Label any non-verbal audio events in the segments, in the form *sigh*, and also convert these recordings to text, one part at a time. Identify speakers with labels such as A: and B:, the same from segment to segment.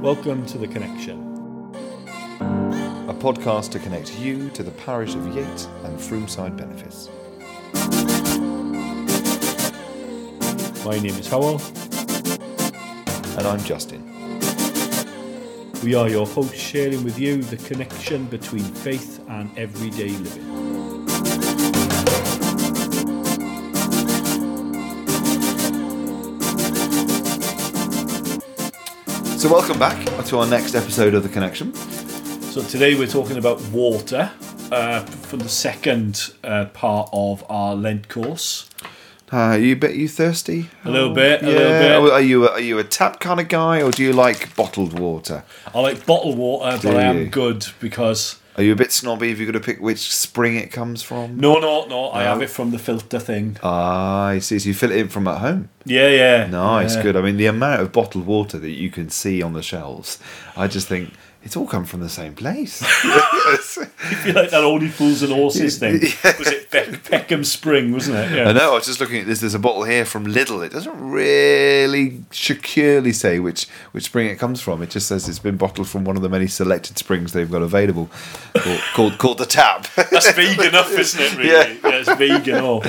A: Welcome to The Connection.
B: a podcast to connect you to the parish of Yate and Froomside Benefice.
A: My name is Howell.
B: And I'm Justin.
A: We are your hosts sharing with you the connection between faith and everyday living.
B: So, welcome back to our next episode of The Connection.
A: So today we're talking about water uh, for the second uh, part of our Lent course.
B: Uh, you bet you thirsty?
A: A little bit, a
B: yeah.
A: little bit.
B: Are you are you a tap kind of guy, or do you like bottled water?
A: I like bottled water, but
B: Do
A: I am
B: you?
A: good because
B: Are you a bit snobby if you've got to pick which spring it comes from?
A: no, no, no. I have it from the filter thing.
B: Ah, I see. So you fill it in from at home.
A: Yeah, yeah. *laughs*
B: Nice,
A: yeah.
B: good. I mean, the amount of bottled water that you can see on the shelves, I just think it's all come from the same
A: *laughs*
B: place.
A: I feel like that only fools and horses
B: *laughs*
A: thing. Was it Beck- Peckham Spring, wasn't it?
B: I
A: Yeah.
B: know. I was just looking at this. There's a bottle here from Lidl. It doesn't really securely say which which spring it comes from. It just says it's been bottled from one of the many selected springs they've got available, called called, called the tap. *laughs*
A: That's vague enough, isn't it? Really?
B: Yeah.
A: Yeah, it's oh. vague enough.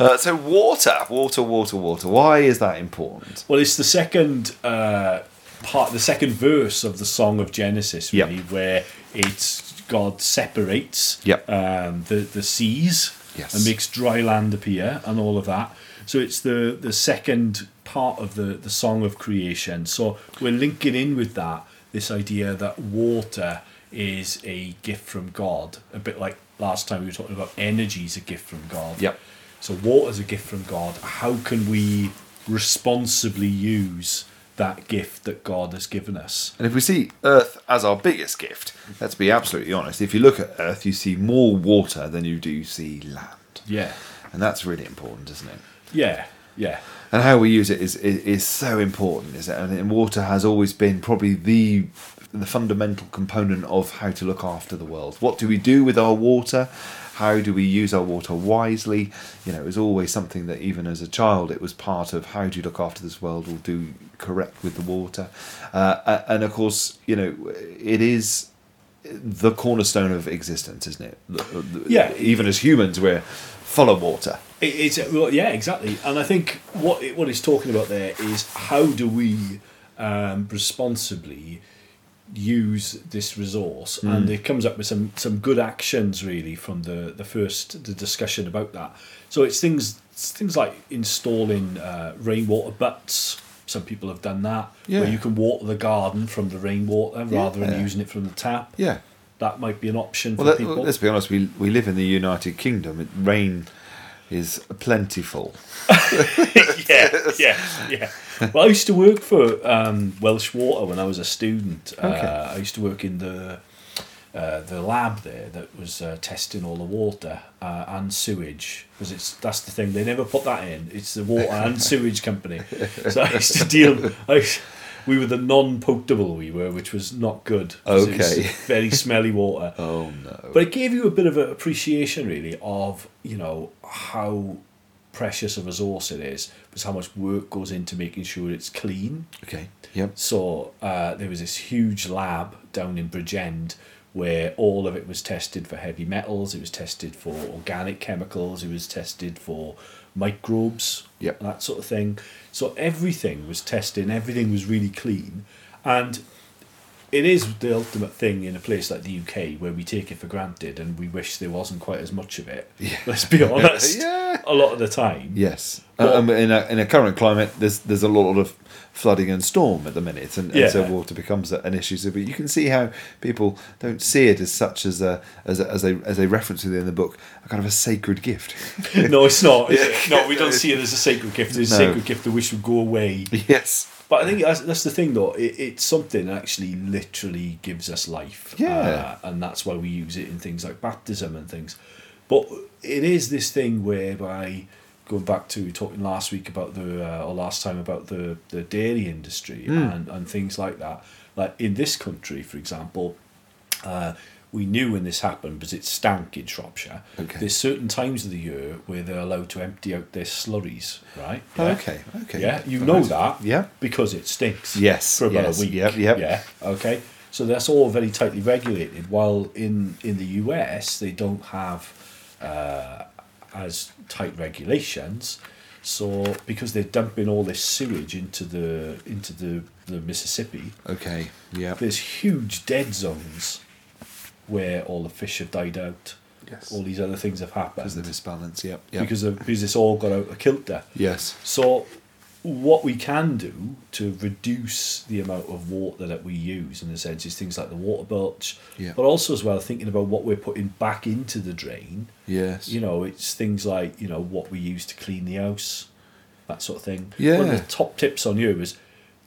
B: Uh, so water, water, water, water. Why is that important?
A: Well, it's the second uh, part, the second verse of the Song of Genesis,
B: Yep.
A: really, where it's God separates
B: Yep.
A: um, the the seas
B: Yes.
A: and makes dry land appear and all of that. So it's the the second part of the the Song of Creation. So we're linking in with that this idea that water is a gift from God, a bit like last time we were talking about energy is a gift from God.
B: Yep.
A: So water's a gift from God. How can we responsibly use that gift that God has given us?
B: And if we see Earth as our biggest gift, let's be absolutely honest. If you look at Earth, you see more water than you do see land,
A: Yeah.
B: and that's really important, isn't it?
A: Yeah. Yeah.
B: and how we use it is is, is so important, is it? And, and water has always been probably the the fundamental component of how to look after the world. What do we do with our water? How do we use our water wisely? You know, it was always something that even as a child, it was part of how do you look after this world? Will do correct with the water, uh, a- and of course, you know, it is the cornerstone of existence, isn't it? The- the-
A: Yeah.
B: Even as humans, we're full of water.
A: It, it's well, yeah, exactly. And I think what it, what it's talking about there is how do we um, responsibly use this resource,
B: Hmm.
A: and it comes up with some some good actions really from the the first the discussion about that. So it's things it's things like installing uh, rainwater butts. Some people have done that,
B: Yeah.
A: where you can water the garden from the rainwater rather
B: Yeah.
A: than using it from the tap.
B: Yeah.
A: That might be an option for
B: Well, let,
A: people.
B: let's be honest. We we live in the United Kingdom. It, rain is plentiful.
A: *laughs* yeah, yeah, yeah. Well, I used to work for um, Welsh Water when I was a student.
B: Okay.
A: Uh, I used to work in the uh, the lab there that was uh, testing all the water uh, and sewage because it's that's the thing they never put that in. It's the water
B: *laughs*
A: and sewage company. So I used to deal. I used- we were the non-potable we were, which was not good. 'cause it was
B: Okay.
A: very smelly water.
B: Oh no!
A: But it gave you a bit of an appreciation, really, of you know how precious a resource it is, but how much work goes into making sure it's clean.
B: Okay. Yep.
A: So uh, there was this huge lab down in Bridgend where all of it was tested for heavy metals, it was tested for organic chemicals, it was tested for microbes,
B: Yep.
A: that sort of thing. So everything was tested, everything was really clean. And it is the ultimate thing in a place like the UK where we take it for granted and we wish there wasn't quite as much of it. Let's
B: *laughs*
A: be honest.
B: Yeah.
A: A lot of the time.
B: Yes.
A: Well-
B: um, in a in a current climate, there's there's a lot of flooding and storm at the minute, and, and so
A: Yeah.
B: water becomes a- an issue. So, but you can see how people don't see it as such as a as a, as a as they reference within the book a kind of a sacred
A: *laughs*
B: gift.
A: no, it's not. Is it? No, we don't see it as a sacred gift. It's a
B: No.
A: sacred gift that we should go away.
B: yes.
A: But I think that's, that's the thing, though. It, it's something that actually literally gives us life.
B: Yeah.
A: Uh, and that's why we use it in things like baptism and things. But it is this thing whereby, going back to talking last week about the, uh, or last time about the, the dairy
B: Hmm.
A: industry and, and things like that, like in this country, for example, uh, we knew when this happened because it stank in Shropshire.
B: Okay.
A: There's certain times of the year where they're allowed to empty out their slurries, right?
B: Oh,
A: Yeah.
B: okay, okay.
A: Yeah, you
B: All
A: know
B: right.
A: that.
B: Yeah.
A: Because it stinks.
B: Yes,
A: For about
B: yes,
A: a week.
B: yep, yep.
A: Yeah. Okay. So that's all very tightly regulated. While in in the US they don't have uh, as tight regulations. So because they're dumping all this sewage into the into the, the Mississippi,
B: Okay. Yeah.
A: there's huge dead zones where all the fish have died out.
B: Yes.
A: All these other things have happened
B: Because of the misbalance. Yep. yep.
A: because of because it's all got out of kilter.
B: yes.
A: So, what we can do to reduce the amount of water that we use, in a sense, is things like the water bilge,
B: Yeah.
A: but also as well thinking about what we're putting back into the drain.
B: Yes.
A: You know, it's things like you know what we use to clean the house, that sort of thing. One of
B: Yeah.
A: the top tips on you is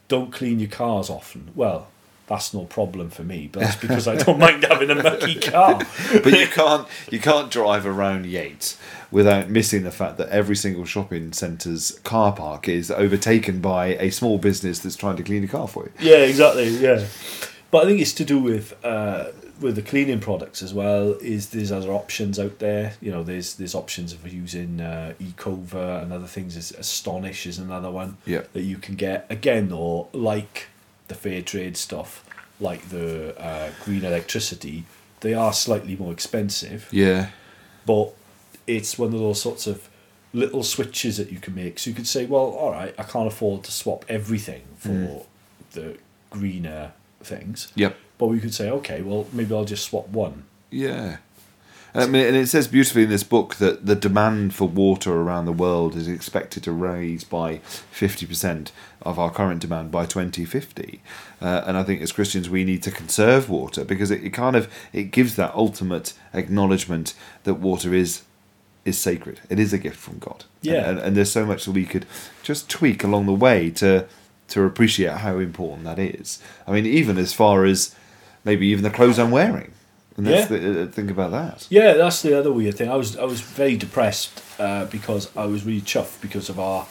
A: don't clean your cars often. Well. That's no problem for me, but that's because I
B: *laughs*
A: don't mind having a mucky car.
B: but you can't you can't drive around Yates without missing the fact that every single shopping centre's car park is overtaken by a small business that's trying to clean a car for you.
A: *laughs* yeah, exactly. Yeah, but I think it's to do with uh, with the cleaning products as well. Is there's other options out there? You know, there's there's options of using uh, Ecova and other things. Is Astonish is another one
B: Yeah.
A: that you can get again, or like the fair trade stuff, like the uh, green electricity. They are slightly more expensive
B: Yeah.
A: but it's one of those sorts of little switches that you can make. So you could say, well, all right, I can't afford to swap everything for the greener things.
B: Yep.
A: But we could say, okay, well, maybe I'll just swap one.
B: Yeah. I mean, and it says beautifully in this book that the demand for water around the world is expected to rise by 50% of our current demand by 2050. Uh, and I think as Christians, we need to conserve water because it, it kind of it gives that ultimate acknowledgement that water is is sacred. It is a gift from God.
A: Yeah.
B: And, and, and there's so much that we could just tweak along the way to to appreciate how important that is. I mean, even as far as maybe even the clothes I'm wearing. And that's
A: Yeah.
B: the, uh, think about that.
A: Yeah, that's the other weird thing. I was I was very depressed uh, because I was really chuffed because of our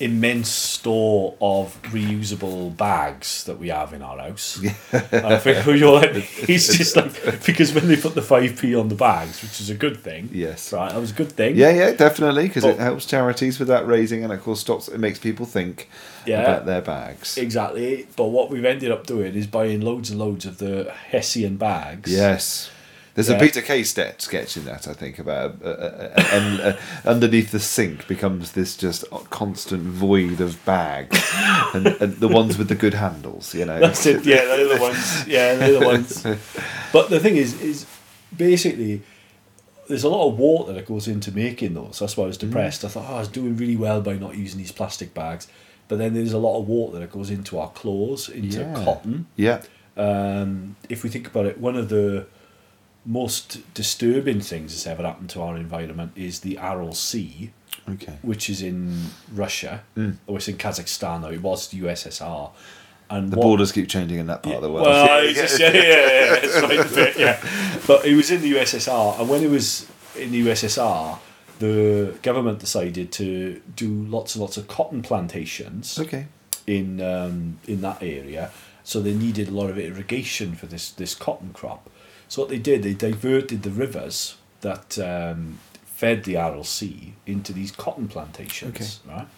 A: immense store of reusable bags that we have in our house. And I think we all like, he's just like because when they put the five p on the bags, which is a good thing.
B: Yes.
A: right, that was a good thing.
B: Yeah, yeah, definitely, because it
A: But-
B: helps charities with that raising, and of course stops. It makes people think
A: Yeah.
B: about their bags.
A: Exactly. But what we've ended up doing is buying loads and loads of the Hessian bags.
B: Yes. There's a
A: Yeah.
B: Peter Kay st- sketch in that I think about uh, uh, uh, and uh, underneath the sink becomes this just constant void of
A: *laughs*
B: bags and, and the ones with the good handles, you know.
A: *laughs* That's it. Yeah, they're the ones. Yeah, they're the
B: *laughs*
A: ones. But the thing is, is basically there's a lot of water that goes into making those. That's why I was
B: Mm.
A: depressed. I thought oh, I was doing really well by not using these plastic bags. But then there's a lot of water that goes into our clothes, into
B: Yeah.
A: cotton.
B: Yeah.
A: Um, if we think about it, one of the most disturbing things that's ever happened to our environment is the Aral Sea.
B: Okay.
A: which is in Russia,
B: Hmm.
A: or it's in Kazakhstan though. It was the USSR, and
B: The
A: what-
B: borders keep changing in that part of the world.
A: Well, it's just- yeah, yeah, yeah, it's right a bit, yeah. But it was in the USSR, and when it was in the USSR, the government decided to do lots and lots of cotton plantations
B: okay.
A: in um, in that area. So they needed a lot of irrigation for this this cotton crop. So what they did, they diverted the rivers that um, fed the Aral Sea into these cotton plantations, right?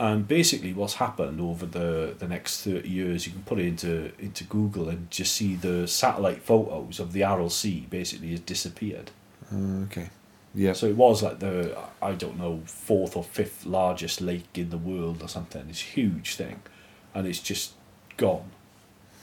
A: And basically, what's happened over the, the next thirty years, you can put it into into Google and just see the satellite photos of the Aral Sea. Basically, has disappeared.
B: Uh, okay. Yeah.
A: So it was like the I don't know fourth or fifth largest lake in the world or something. It's a huge thing, and it's just gone.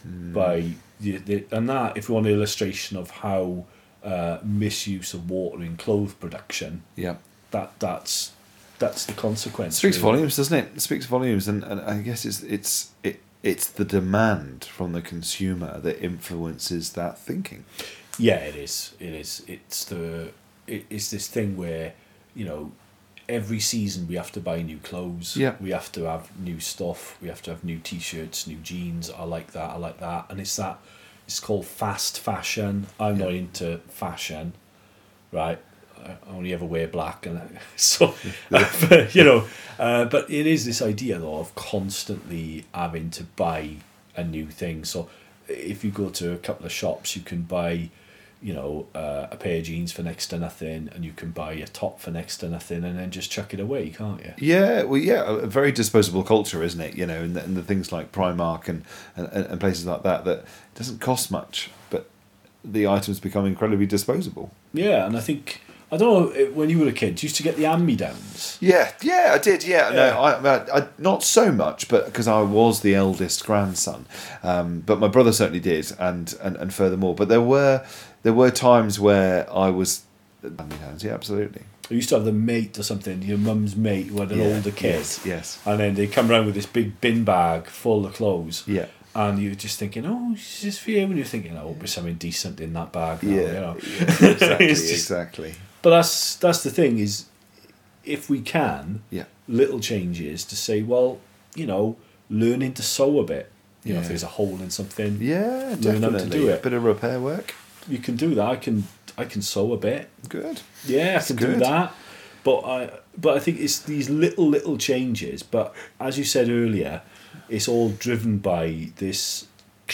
A: By the, the and that if you want an illustration of how uh, misuse of water in cloth production,
B: yeah.
A: that that's that's the consequence.
B: speaks
A: really.
B: volumes, doesn't it? It speaks volumes, and, and I guess it's it's it, it's the demand from the consumer that influences that thinking.
A: Yeah, it is. It is. It's the it, it's this thing where you know every season we have to buy new clothes.
B: Yeah.
A: We have to have new stuff. We have to have new T-shirts, new jeans. I like that. I like that. And it's that. It's called fast fashion. I'm not into fashion, right? I only ever wear black, and I- *laughs* so you know. Uh, but it is this idea though of constantly having to buy a new thing. So if you go to a couple of shops, you can buy you know, uh, a pair of jeans for next to nothing, and you can buy a top for next to nothing, and then just chuck it away, can't you?
B: Yeah, well, yeah, a a very disposable culture, isn't it? You know, and the, and the things like Primark and, and, and places like that that doesn't cost much, but the items become incredibly disposable.
A: Yeah, and I think I don't know eh, when you were a kid, you used to get the hand me downs.
B: Yeah, yeah, I did. Yeah,
A: Yeah.
B: no, I, I, I not so much, but because I was the eldest grandson, um, but my brother certainly did, and, and and furthermore, but there were there were times where I was, yeah, absolutely.
A: You used to have the mate or something, your mum's mate who had an
B: Yeah,
A: older kid,
B: yes, yes.
A: and then they come round with this big bin bag full of clothes.
B: Yeah.
A: And you're just thinking, oh, it's just for you. And you're thinking, oh, there's something decent in that bag. Now, You know? *laughs*
B: *laughs* yeah, exactly,
A: *laughs* It's just-
B: exactly.
A: But that's that's the thing is, if we can,
B: Yeah.
A: little changes to say, well, you know, learning to sew a bit. You know, if
B: Yeah.
A: there's a hole in something,
B: Yeah,
A: Learn how to
B: definitely.
A: do it.
B: A bit of repair work.
A: you can do that. I can I can sew a bit.
B: Good.
A: Yeah, I can do
B: good.
A: that. But I but I think it's these little little changes. But as you said earlier, it's all driven by this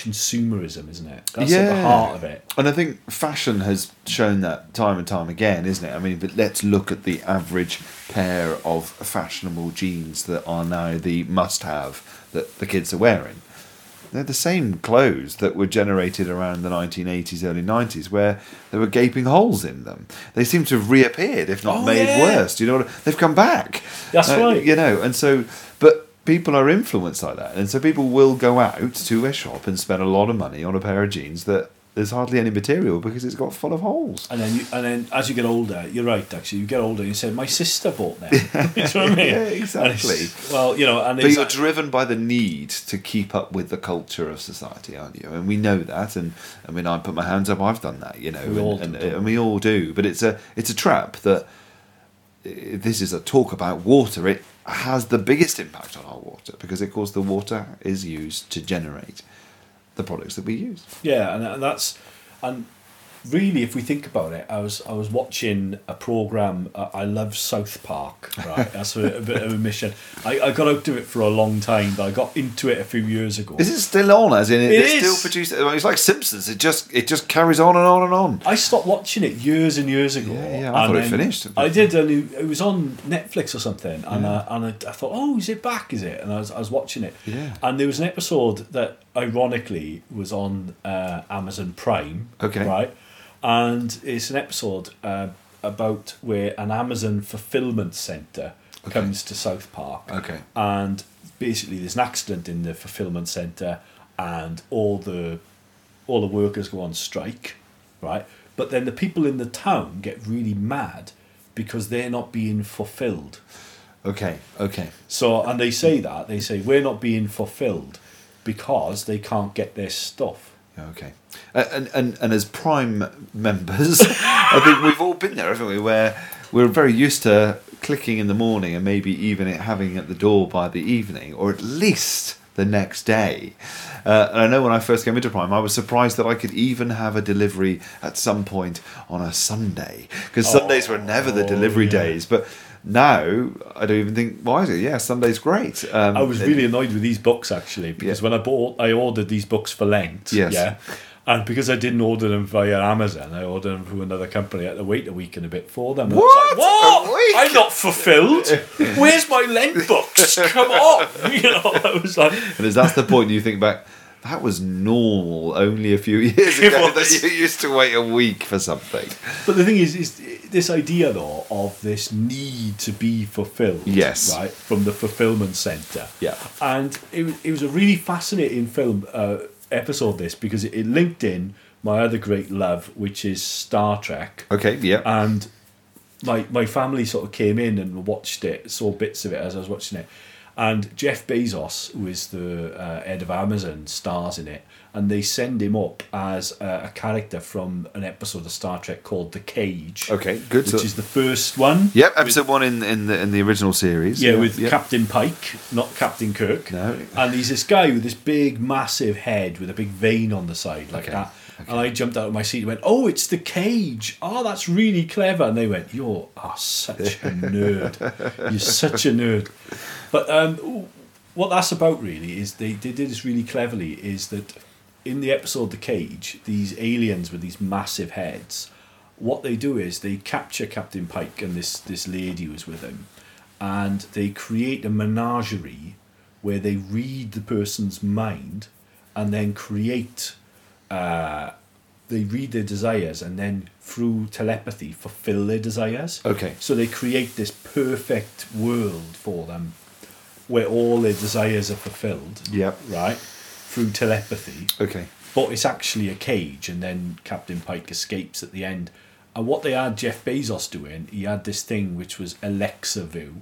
A: consumerism, isn't it? That's at the
B: Yeah.
A: heart of it.
B: And I think fashion has shown that time and time again, isn't it? I mean, but let's look at the average pair of fashionable jeans that are now the must have that the kids are wearing. They're the same clothes that were generated around the 1980s, early 90s, where there were gaping holes in them. They seem to have reappeared, if not
A: Oh,
B: made
A: yeah.
B: worse. Do you know what? I- They've come back. Uh,
A: That's right.
B: You know, and so, but people are influenced like that, and so people will go out to a shop and spend a lot of money on a pair of jeans that there's hardly any material because it's got full of holes.
A: And then you, and then as you get older, you're right. Actually, you get older. and You say, my sister bought them. *laughs* you know what I mean?
B: *laughs* Yeah,
A: And it's-
B: exactly.
A: Well, you know, and
B: But
A: it's,
B: you're driven by the need to keep up with the culture of society, aren't you? And we know that. And I mean, I put my hands up. I've done that, you know,
A: We
B: and,
A: all do,
B: and,
A: don't we?
B: and we all do. But it's a it's a trap that eh, this is a talk about water. It has the biggest impact on our water because, of course, the water is used to generate the products that we use.
A: Yeah, and, and that's and really, if we think about it, I was I was watching a program. Uh, I love South Park. Right, that's a, a bit of a mission. I, I got out of it for a long time, but I got into it a few years ago.
B: Is it still on? As in, it,
A: It
B: it's
A: is.
B: still produced. I mean, it's like Simpsons. It just it just carries on and on and on.
A: I stopped watching it years and years ago.
B: Yeah, yeah, I
A: and
B: thought it
A: then
B: finished.
A: I did, and it, it was on Netflix or something, and I, and I, I thought, oh, is it back? Is it? And I was, I was watching it.
B: Yeah.
A: And there was an episode that, ironically, was on uh, Amazon Prime.
B: Okay.
A: Right, and it's an episode uh, about where an Amazon fulfillment center comes to South Park.
B: Okay.
A: And basically, there's an accident in the fulfillment center, and all the all the workers go on strike, right? But then the people in the town get really mad because they're not being fulfilled.
B: Okay, okay.
A: So, and they say that they say we're not being fulfilled because they can't get their stuff.
B: Okay, Uh, and and and as prime members, *laughs* I think we've all been there, haven't we? Where we're very used to clicking in the morning and maybe even it having at the door by the evening, or at least the next day. Uh, and I know when I first came into Prime, I was surprised that I could even have a delivery at some point on a Sunday because Sundays were never the
A: Oh,
B: delivery
A: yeah.
B: days, but. Now I don't even think why is it? Yeah, Sunday's great. Um,
A: I was
B: it-
A: really annoyed with these books actually because
B: Yeah.
A: when I bought, I ordered these books for Lent.
B: Yes.
A: Yeah. And because I didn't order them via Amazon, I ordered them from another company. I had to wait a week and a bit for them. And I was
B: What? A week?
A: what? I'm not fulfilled.
B: *laughs*
A: Where's my Lent books? Come on. *laughs* You know, I was like,
B: And as that's the point you think back, that was normal only a few *laughs* years
A: It was.
B: ago that you used to wait a week for something.
A: But the thing is, is this idea though of this need to be fulfilled.
B: Yes.
A: Right from the fulfillment center.
B: Yeah.
A: And it wa- it was a really fascinating film uh, episode this because it, it linked in my other great love, which is Star Trek,
B: Okay, yeah.
A: and my my family sort of came in and watched it, saw bits of it as I was watching it. And Jeff Bezos, who is the uh, head of Amazon, stars in it, and they send him up as a, a character from an episode of Star Trek called The Cage.
B: Okay, good.
A: Which
B: So-
A: is the first one.
B: yep, episode one in, in the in the original series.
A: Yeah, with
B: yep.
A: Captain Pike, not Captain Kirk.
B: No.
A: And he's this guy with this big, massive head with a big vein on the side like
B: Okay,
A: that. And I jumped out of my seat and went, "Oh, it's the cage! Oh, that's really clever!" And they went, "You are such a nerd! You're such a nerd!" But um, what that's about really is they, they did this really cleverly. Is that in the episode The Cage, these aliens with these massive heads, what they do is they capture Captain Pike and this, this lady who's with him, and they create a menagerie where they read the person's mind and then create uh, they read their desires and then through telepathy fulfill their desires.
B: Okay.
A: So they create this perfect world for them where all their desires are fulfilled.
B: Yep.
A: Right? Through telepathy.
B: Okay.
A: But it's actually a cage and then Captain Pike escapes at the end. And what they had Jeff Bezos doing, he had this thing which was Alexa Vu,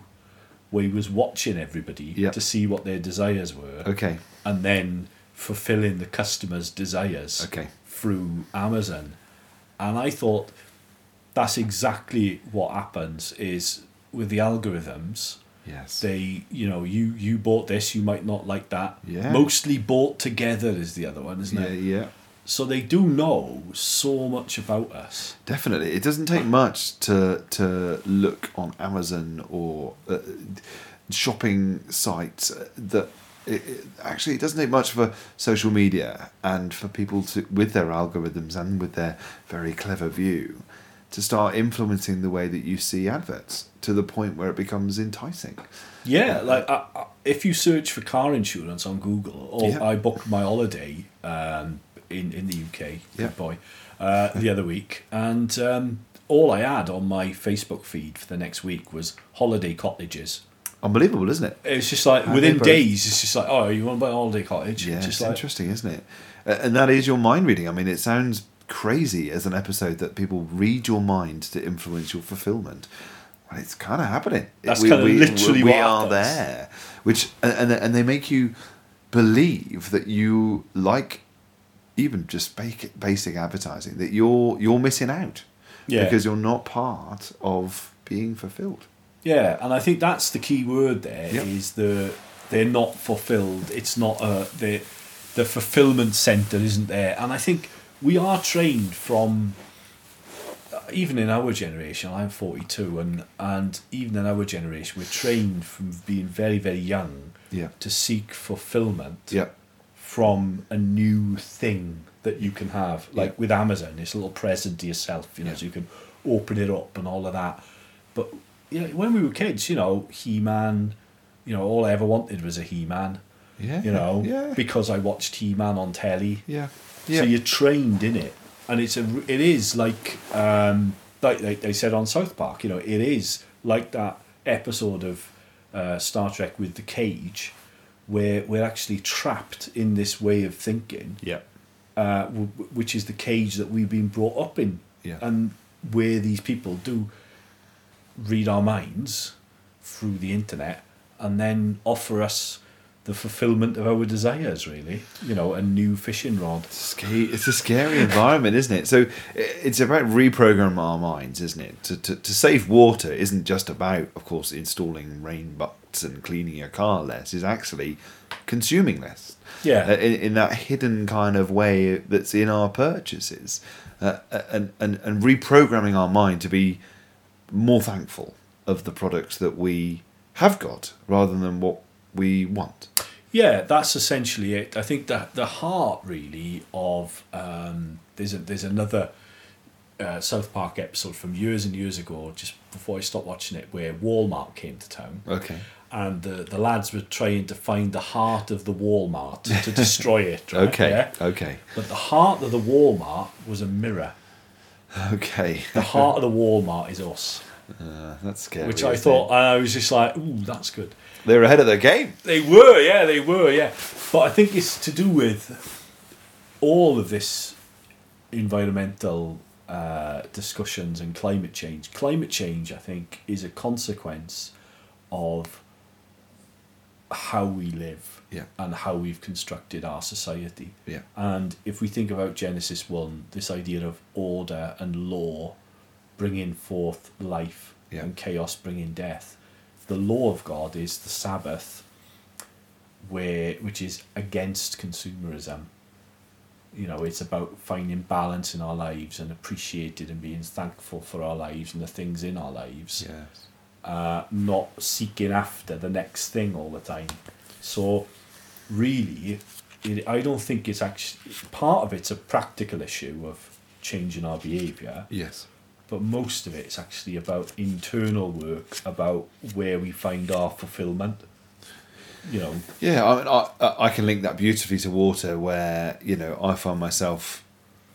A: where he was watching everybody
B: Yep.
A: to see what their desires were
B: Okay.
A: and then fulfilling the customer's desires
B: Okay.
A: through Amazon. And I thought that's exactly what happens is with the algorithms,
B: Yes.
A: they you know, you you bought this, you might not like that.
B: Yeah.
A: Mostly bought together is the other one, isn't
B: yeah,
A: it?
B: yeah.
A: So they do know so much about us.
B: Definitely, it doesn't take much to to look on Amazon or uh, shopping sites that. It, it- actually, it doesn't take much for social media and for people to, with their algorithms and with their very clever view, to start influencing the way that you see adverts to the point where it becomes enticing.
A: Yeah, like I, I, if you search for car insurance on Google, or
B: Yeah.
A: I booked my holiday um, in in the UK,
B: Yeah.
A: good boy, uh, the other week, and um, all I had on my Facebook feed for the next week was holiday cottages.
B: Unbelievable, isn't it?
A: It's just like
B: they
A: within
B: both-
A: days, it's just like, oh, you want to buy a holiday cottage?
B: Yeah,
A: just
B: it's
A: like,
B: interesting, isn't it? A- And that is your mind reading. I mean, it sounds crazy as an episode that people read your mind to influence your fulfillment. Well, it's kind of happening.
A: That's kinda literally
B: we
A: what
B: are
A: happens.
B: there, which and and they- and they make you believe that you like even just basic, basic advertising that you're you're missing out
A: Yeah.
B: because you're not part of being fulfilled.
A: Yeah, and I think that's the key word there is
B: Yep.
A: the they're not fulfilled. It's not a the the fulfillment center isn't there, and I think we are trained from uh, even in our generation. I'm forty two, and and even in our generation, we're trained from being very very young
B: Yeah.
A: to seek fulfillment
B: Yeah.
A: from a new thing that you can have. Like
B: Yeah.
A: with Amazon, it's a little present to yourself, you know, so you can open it up and all of that. But you know, when we were kids, you know, He Man, you know, all I ever wanted was a He Man.
B: Yeah.
A: You know,
B: *laughs* Yeah.
A: because I watched He Man on telly.
B: Yeah.
A: So you're trained in it, and it's a it is like um like they, they said on South Park, you know, it is like that episode of uh, Star Trek with the cage, where we're actually trapped in this way of thinking,
B: yeah.
A: uh, w- w- which is the cage that we've been brought up in,
B: Yeah.
A: and where these people do read our minds through the internet and then offer us the fulfillment of our desires really you know a new fishing rod
B: Scary, it's a scary environment, isn't it? So i- it's about reprogramming our minds, isn't it? To, to, to save water isn't just about, of course, installing rain buckets and cleaning your car less. It's actually consuming less.
A: Yeah.
B: Uh, in, in that hidden kind of way that's in our purchases, uh, and, and and reprogramming our mind to be more thankful of the products that we have got rather than what we want.
A: Yeah, that's essentially it. I think that the heart really of um, there's a, there's another uh, South Park episode from years and years ago, just before I stopped watching it, where Walmart came to town,
B: Okay.
A: and the the lads were trying to find the heart of the Walmart to destroy it. *laughs* Right?
B: Okay.
A: yeah?
B: Okay. *laughs*
A: But the heart of the Walmart was a mirror.
B: Okay.
A: The heart of the Walmart is us,
B: Uh, that's scary.
A: which I
B: isn't it?
A: thought I was just like, ooh, that's good.
B: They're ahead of their game.
A: They were, yeah, they were, yeah. But I think it's to do with all of this environmental uh, discussions and climate change. Climate change, I think, is a consequence of how we live
B: Yeah.
A: and how we've constructed our society.
B: Yeah.
A: And if we think about Genesis 1, this idea of order and law bringing forth life
B: Yeah.
A: and chaos bringing death, the law of God is the Sabbath, where, which is against consumerism. You know, it's about finding balance in our lives and appreciated and being thankful for our lives and the things in our lives
B: Yes.
A: uh, not seeking after the next thing all the time. So, really, it, I don't think it's actually part of it's a practical issue of changing our behaviour,
B: Yes.
A: but most of it's actually about internal work about where we find our fulfilment. You know,
B: Yeah, I, mean, I- I I can link that beautifully to water, where you know I find myself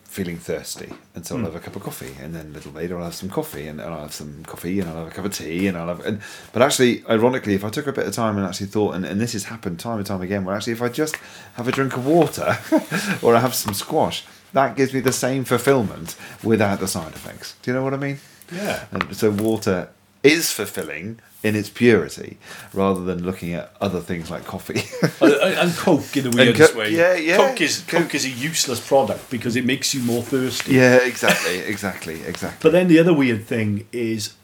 B: feeling thirsty,
A: Hmm.
B: and so I'll have a cup of coffee, and then a little later I'll have some coffee, and, and I'll have some coffee, and I'll have a cup of tea, and I'll have. And, but actually, ironically, if I took a bit of time and actually thought, and, and this has happened time and time again, where actually if I just have a drink of water, *laughs* or I have some squash, that gives me the same fulfilment without the side effects. Do you know what I mean?
A: yeah,
B: And so water is fulfilling in its purity, rather than looking at other things like coffee. *laughs*
A: and, and- and coke in the weirdest
B: Coke-
A: way.
B: yeah, yeah.
A: Coke is coke.
B: Coke-
A: is a useless product because it makes you more thirsty.
B: yeah, exactly, exactly, exactly.
A: But then the other weird thing is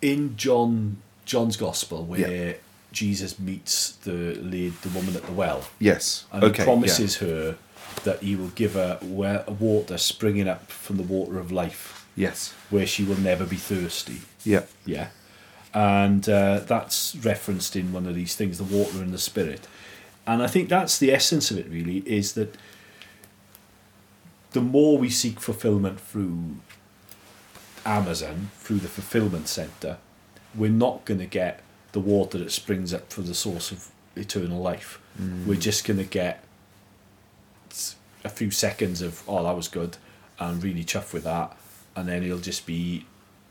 A: in John John's Gospel where Jesus meets the lead, the woman at the well
B: yes.
A: and
B: okay.
A: he promises her that he will give her wa- water springing up from the water of life
B: Yeah. Yes.
A: where she will never be thirsty.
B: Yeah.
A: Yeah. And uh, that's referenced in one of these things, the water and the spirit. And I think that's the essence of it, really, is that the more we seek fulfillment through Amazon, through the fulfillment center, we're not going to get the water that springs up from the source of eternal life. We're just going to get s- a few seconds of, oh, that was good, and really chuffed with that. And then it'll just be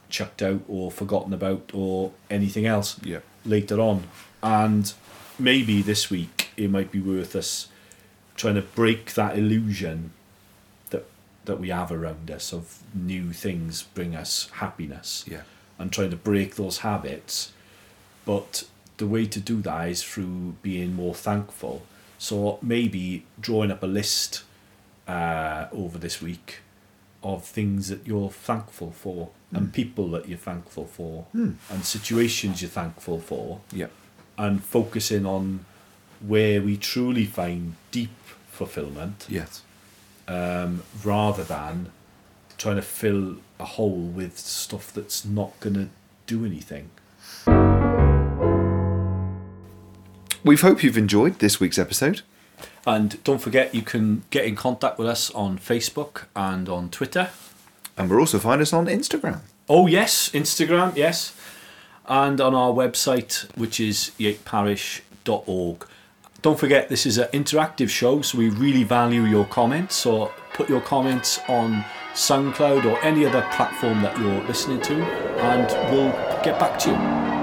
A: chucked out or forgotten about or anything else
B: Yeah.
A: later on. And maybe this week it might be worth us trying to break that illusion that that we have around us of new things bring us happiness
B: Yeah.
A: and trying to break those habits. But the way to do that is through being more thankful. So maybe drawing up a list uh, over this week of things that you're thankful for and people that you're thankful for and situations you're thankful for
B: Yeah.
A: and focusing on where we truly find deep fulfillment
B: Yes.
A: um, rather than trying to fill a hole with stuff that's not going to do anything.
B: We hope you've enjoyed this week's episode.
A: And don't forget, you can get in contact with us on Facebook and on Twitter.
B: And we'll also find us on Instagram.
A: Oh, yes, Instagram, yes. And on our website, which is yakeparish.org. Don't forget, this is an interactive show, so we really value your comments. So put your comments on SoundCloud or any other platform that you're listening to, and we'll get back to you.